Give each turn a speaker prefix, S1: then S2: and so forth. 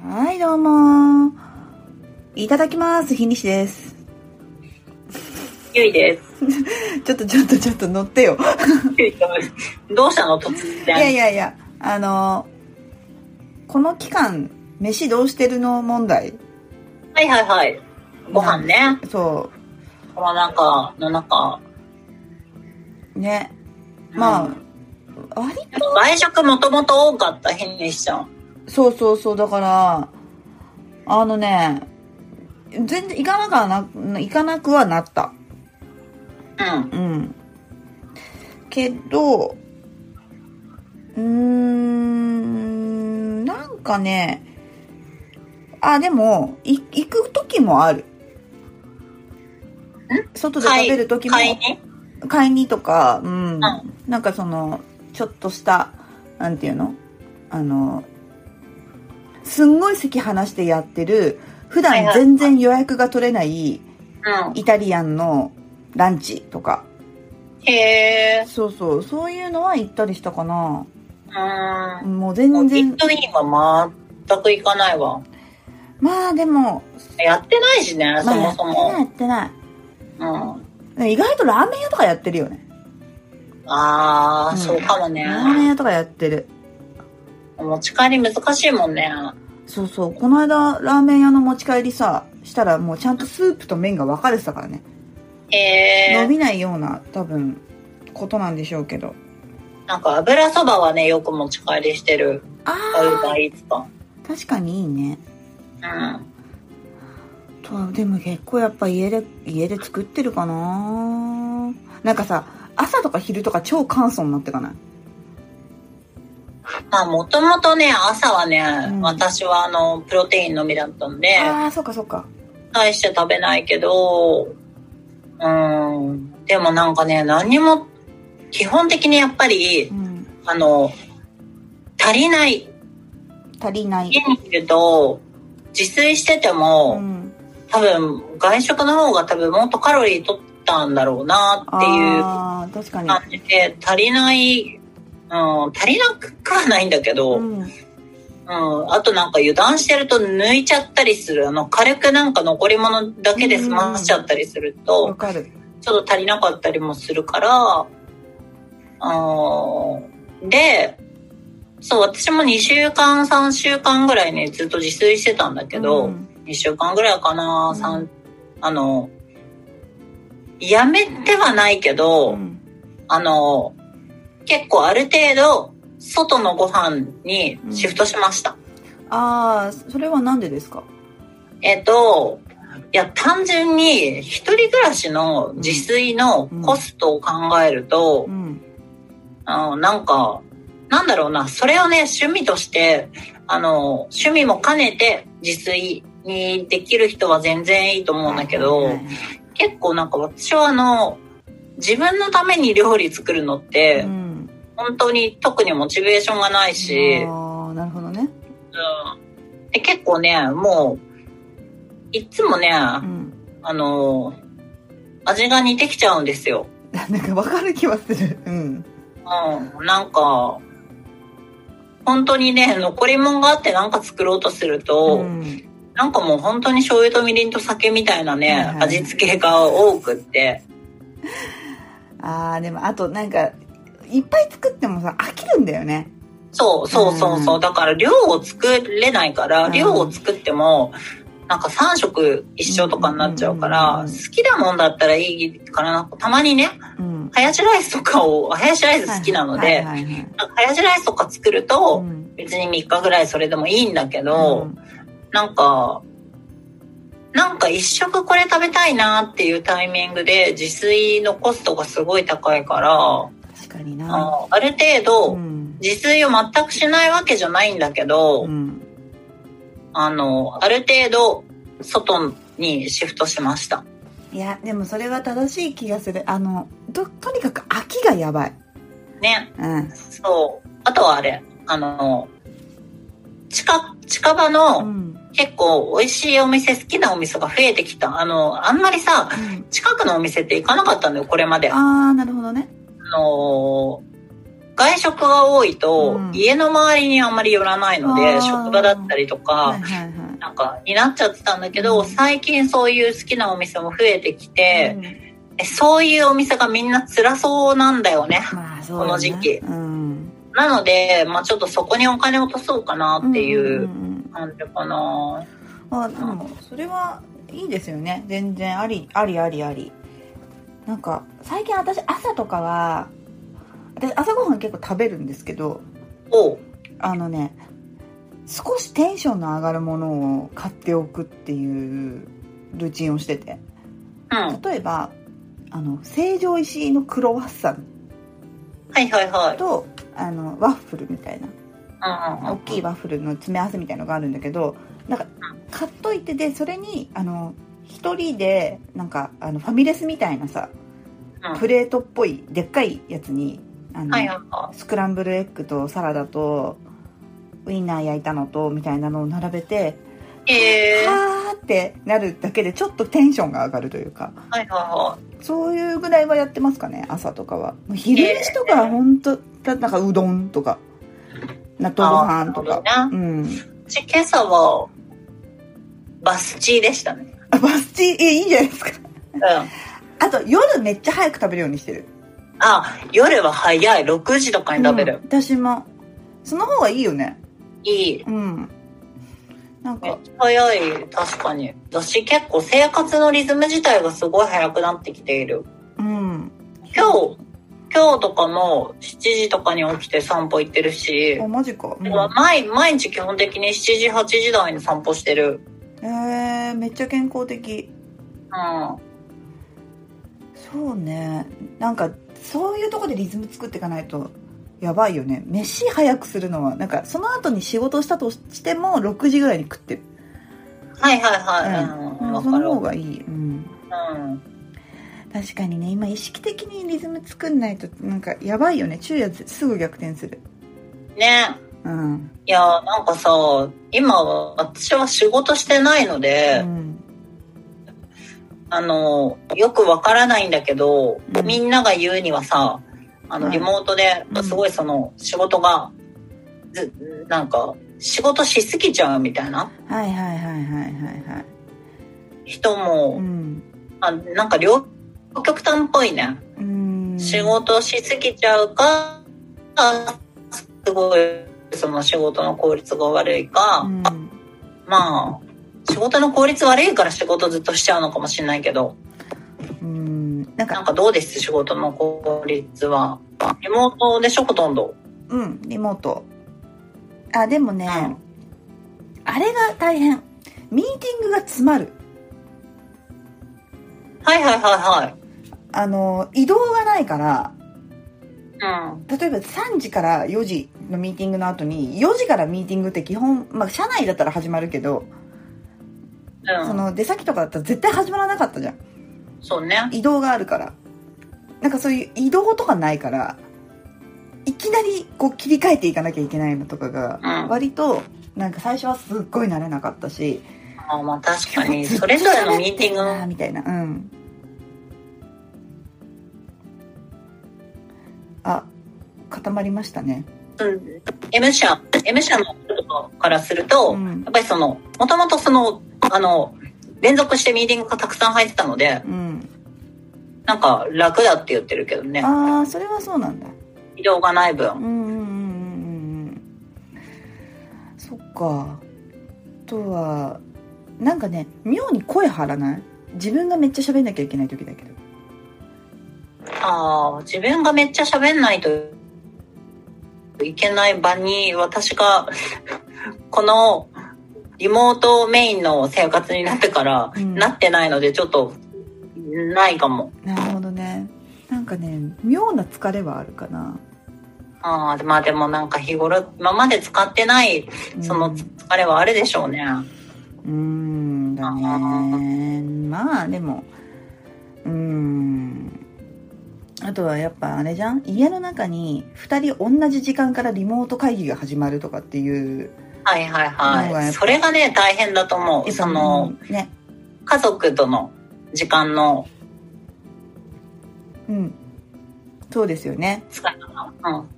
S1: はいどうもいただきます日西です
S2: ゆいです。
S1: ちょっとちょっとちょっと乗ってよ
S2: ゆいちゃんどうしたの突然。
S1: いやいやいやあのこの期間飯どうしてるの問題
S2: はいはいはい。ご飯ね。
S1: そ
S2: コロナ禍の中。
S1: うねまあ、
S2: うん
S1: 割
S2: 外食もともと多かった、ひにしちゃん。
S1: そうそうそうだからあのね全然行かなかな行かなくはなった
S2: う
S1: う
S2: ん。
S1: んけどうーんなんかねあでもい行く時もある外で食べる時も
S2: 買いね。
S1: 買いにとか、うん、
S2: ん
S1: なんかそのちょっとしたなんていうのあのすんごい席離してやってる普
S2: はい
S1: 段
S2: はい
S1: 全然予約が取れない
S2: うん。
S1: イタリアンのランチとか
S2: へえ。
S1: そうそうそういうのは行ったりしたかな
S2: う。
S1: もうん全
S2: ディ
S1: 然
S2: ットインは全く行かないわ。
S1: まあでも、
S2: やってないしね、
S1: ま
S2: そ
S1: あ、や
S2: も
S1: って
S2: そ
S1: ないや
S2: も。
S1: ってな
S2: うん。
S1: い意外とラーメン屋とかやってるよね
S2: あ
S1: う
S2: あ、
S1: ん
S2: そうかもね。
S1: ラーメン屋とかやってる
S2: お持ち帰り難しいもんね。
S1: そうそうこの間ラーメン屋の持ち帰りさしたらもうちゃんとスープと麺が分かれてたからね
S2: へ
S1: 伸
S2: え。
S1: びないような多分ことなんでしょうけど
S2: なんか油そばはね、よく持ち帰りしてる。
S1: あ
S2: ウーバ
S1: あ
S2: ーイーツか。
S1: 確かにいいね
S2: うん。
S1: とでも結構やっぱ家で家で作ってるかななんかさ朝とか昼とか超簡素になってかない
S2: まあ、もともとね、朝はね、
S1: うん
S2: 私はあの、プロテインのみだったんで、
S1: ああそっかそっか
S2: 大して食べないけど、うん。でもなんかね、何も、基本的にやっぱり
S1: う、ん
S2: あの、足りない。
S1: 足りない
S2: 家にいると、自炊してて
S1: う
S2: も、
S1: ん
S2: 多分、外食の方が多分もっとカロリー取ったんだろうなっていう
S1: ああ確かに
S2: 感じで、足りない、うん、足りなくはないんだけど、
S1: うん
S2: うん、あとなんか油断してると抜いちゃったりするあの軽くなんか残り物だけで済ませちゃったりする
S1: わ
S2: と
S1: かる
S2: ちょっと足りなかったりもするからあーでそう私も2週間3週間ぐらいねずっと自炊してたんだけど、
S1: うん
S2: 2週間ぐらいかな、
S1: うん
S2: 三あのやめてはないけど、
S1: うん
S2: あの結構ある程度外のご飯にシフトしました。
S1: ああそれはなんでですか
S2: えっと、いや、単純に、一人暮らしの自炊のコストを考えると
S1: う、ん
S2: あのなんか、なんだろうな、それをね、趣味として、あの、趣味も兼ねて自炊にできる人は全然いいと思うんだけど、
S1: はいはいはい
S2: 結構なんか私はあの、自分のために料理作るのって
S1: う、ん
S2: 本当に特にモチベーションがないし、
S1: ああなるほどね
S2: うんで結構ね、もう、いつもね、
S1: うん
S2: あのー味が似てきちゃうんですよ。
S1: なんかわかる気はするうん
S2: うん、なんか、本当にね、残り物があってなんか作ろうとすると、
S1: うん
S2: なんかもう本当に醤油とみりんと酒みたいなね、
S1: はいはい
S2: 味付けが多くって。
S1: ああでもあとなんかいっぱい作ってもさ飽きるんだよね
S2: そうそうそうそう。
S1: うん
S2: だから量を作れないから、
S1: うん
S2: 量を作っても、なんか3食一緒とかになっちゃうから、
S1: うん
S2: 好きなもんだったらいいからなんかたまにね、
S1: うん
S2: ハヤシライスとかを、ハヤシライス好きなの
S1: はい
S2: で、
S1: はいはいはい
S2: なんかハヤシライスとか作ると、
S1: うん
S2: 別に3日ぐらいそれでもいいんだけど、なんか、なんか一食これ食べたいなっていうタイミングで自炊のコストがすごい高いから、
S1: 確かにな
S2: あある程
S1: う
S2: 度
S1: ん
S2: 自炊を全くしないわけじゃないんだけど、
S1: うん
S2: あの、ある程度外にシフトしました。
S1: いやでもそれは正しい気がするあのととにかく飽きがやばい
S2: ね。
S1: うん
S2: そう。あとはあれ、あの、近、近場
S1: う
S2: の
S1: ん
S2: 結構美味しいお店、好きなお店が増えてきた。あの、あんまりさ、
S1: うん
S2: 近くのお店って行かなかったんだよこれまであ
S1: ああなるほどね
S2: のー外食が多いと、
S1: うん
S2: 家の周りにあんまり寄らないの
S1: あ
S2: で
S1: ー
S2: 職場だったりとか、
S1: はいはいはいうん
S2: なんか、になっちゃってたんだけど、
S1: うん
S2: 最近そういう好きなお店も増えてきて、えそういうお店がみんな辛そうなんだよね。
S1: まあそうだね
S2: この時期
S1: うん
S2: なので、まあちょっとそこにお金を落とそうかなってい
S1: ん
S2: うん
S1: ん
S2: 感じかな。
S1: あでもそれはいいですよね全然ありありありありなんか最近私朝とかは私朝ごはん結構食べるんですけど
S2: おう
S1: あのね少しテンションの上がるものを買っておくっていうルーチンをしてて
S2: うん。は
S1: 例えばあの成城石井のクロワッサン
S2: いはいはい。
S1: とあのワッフルみたいな
S2: うんうんうん
S1: 大きいワッフルの詰め合わせみたいのがあるんだけどなんか買っといてでそれにあの一人でなんかあのファミレスみたいなさ
S2: うん
S1: プレートっぽいでっかいやつにあの、
S2: はいはいは
S1: スクランブルエッグとサラダとウインナー焼いたのとみたいなのを並べて
S2: い。えー、は
S1: はーってなるだけでちょっとテンションが上がるというか
S2: いはいは
S1: そういうぐらいはやってますかね朝とかはもう昼飯とかは本当だなんかうどんとか納豆ご飯とか、
S2: あーなるほ
S1: うん
S2: い。うち今朝は、バスチーでしたね。
S1: あバスチーえいいんじゃないですか
S2: うん。
S1: あと夜めっちゃ早く食べるようにしてる
S2: あ、夜は早い。6時とかに食べる。
S1: うん私もその方がいいよね
S2: いい。
S1: うんなん
S2: めっ
S1: か
S2: ちゃ早い。確かに。私結構生活のリズム自体がすごい早くなってきている。
S1: うん
S2: 今日、今日とかも7時とかに起きて散歩行ってるし
S1: あ、マジか、うん
S2: 毎毎日基本的に7時、8時台に散歩してる。
S1: えー、めっちゃ健康的
S2: うん。
S1: そうねなんかそういうとこでリズム作っていかないとやばいよね飯早くするのはなんかその後に仕事したとしても6時ぐらいに食ってる、
S2: はいはいはい。
S1: う
S2: うんん。わ、
S1: そ
S2: か
S1: の
S2: る
S1: 方がいい、うん、
S2: うん。
S1: 確かにね今意識的にリズム作んないとなんかやばいよね昼夜すぐ逆転する
S2: ね。
S1: うん、
S2: いやーなんかさ、今は私は仕事してないの
S1: う
S2: で、
S1: ん、
S2: あの、よくわからないんだけど、
S1: うん
S2: みんなが言うにはさ、あ
S1: う
S2: の、
S1: ん
S2: リモートで
S1: うん、
S2: すごいその、仕事が、ず、なんか、仕事しすぎちゃうみたいな
S1: はいはいはいはいはいはい
S2: 人
S1: う
S2: も、
S1: ん
S2: あなんか両極端っぽいね。
S1: うん
S2: 仕事しすぎちゃうか、あすごい、その仕事の効率が悪いか、
S1: うん
S2: まあ、仕事の効率悪いから仕事ずっとしちゃうのかもしれないけど、
S1: うんなん
S2: なん
S1: か
S2: かどうです仕事の効率は。リモートでしょ、ほとんど。
S1: うんリモートあでもね、
S2: うん
S1: あれが大変ミーティングが詰まる
S2: はいはいは
S1: あの移動がないから
S2: いはい。うん。
S1: 例えば3時から4時のミーティングの後に4時からミーティングって基本、まあ、社内だったら始まるけど、
S2: うん、
S1: その出先とかだったら絶対始まらなかったじゃん
S2: そうね。
S1: 移動があるからなんかそういう移動とかないからいきなりこう切り替えていかなきゃいけないのとか
S2: う
S1: が
S2: ん
S1: 割となんか最初はすっごい慣れなかったし
S2: まあまあ確かに、それぞれのミーティング
S1: あー
S2: の、
S1: みたいなうんあ固まりましたね
S2: うん、M 社、M 社の人からすると、
S1: うん
S2: やっぱりその、もともとその、あの、連続してミーティングがたくさん入ってたので、
S1: うん
S2: なんか楽だって言ってるけどね。
S1: ああそれはそうなんだ
S2: 移動がない
S1: うん
S2: 分。
S1: うんうんうんうんそっかあとはなんかね妙に声張らない自分がめっちゃ喋んなきゃいけない時だけど
S2: ああ、自分がめっちゃ喋んないといけない場に、私が、 この、リモートメインの生活になってから、
S1: うん
S2: なってないので、ちょっと、ないかも。
S1: なるほどねなんかね妙な疲れはあるかな、
S2: ああ、まあでもなんか日頃、今まで使ってない、
S1: うん
S2: その疲れはあるでしょうね。
S1: うーんだねまあでもうーんあとはやっぱあれじゃん家の中に2人同じ時間からリモート会議が始まるとかっていう
S2: はいは
S1: な
S2: い
S1: んか
S2: は
S1: やっ
S2: い。
S1: ぱ
S2: それがね、大変だと思う。その、
S1: ね
S2: 家族との時間の
S1: うんそうですよね
S2: 使い方。うん。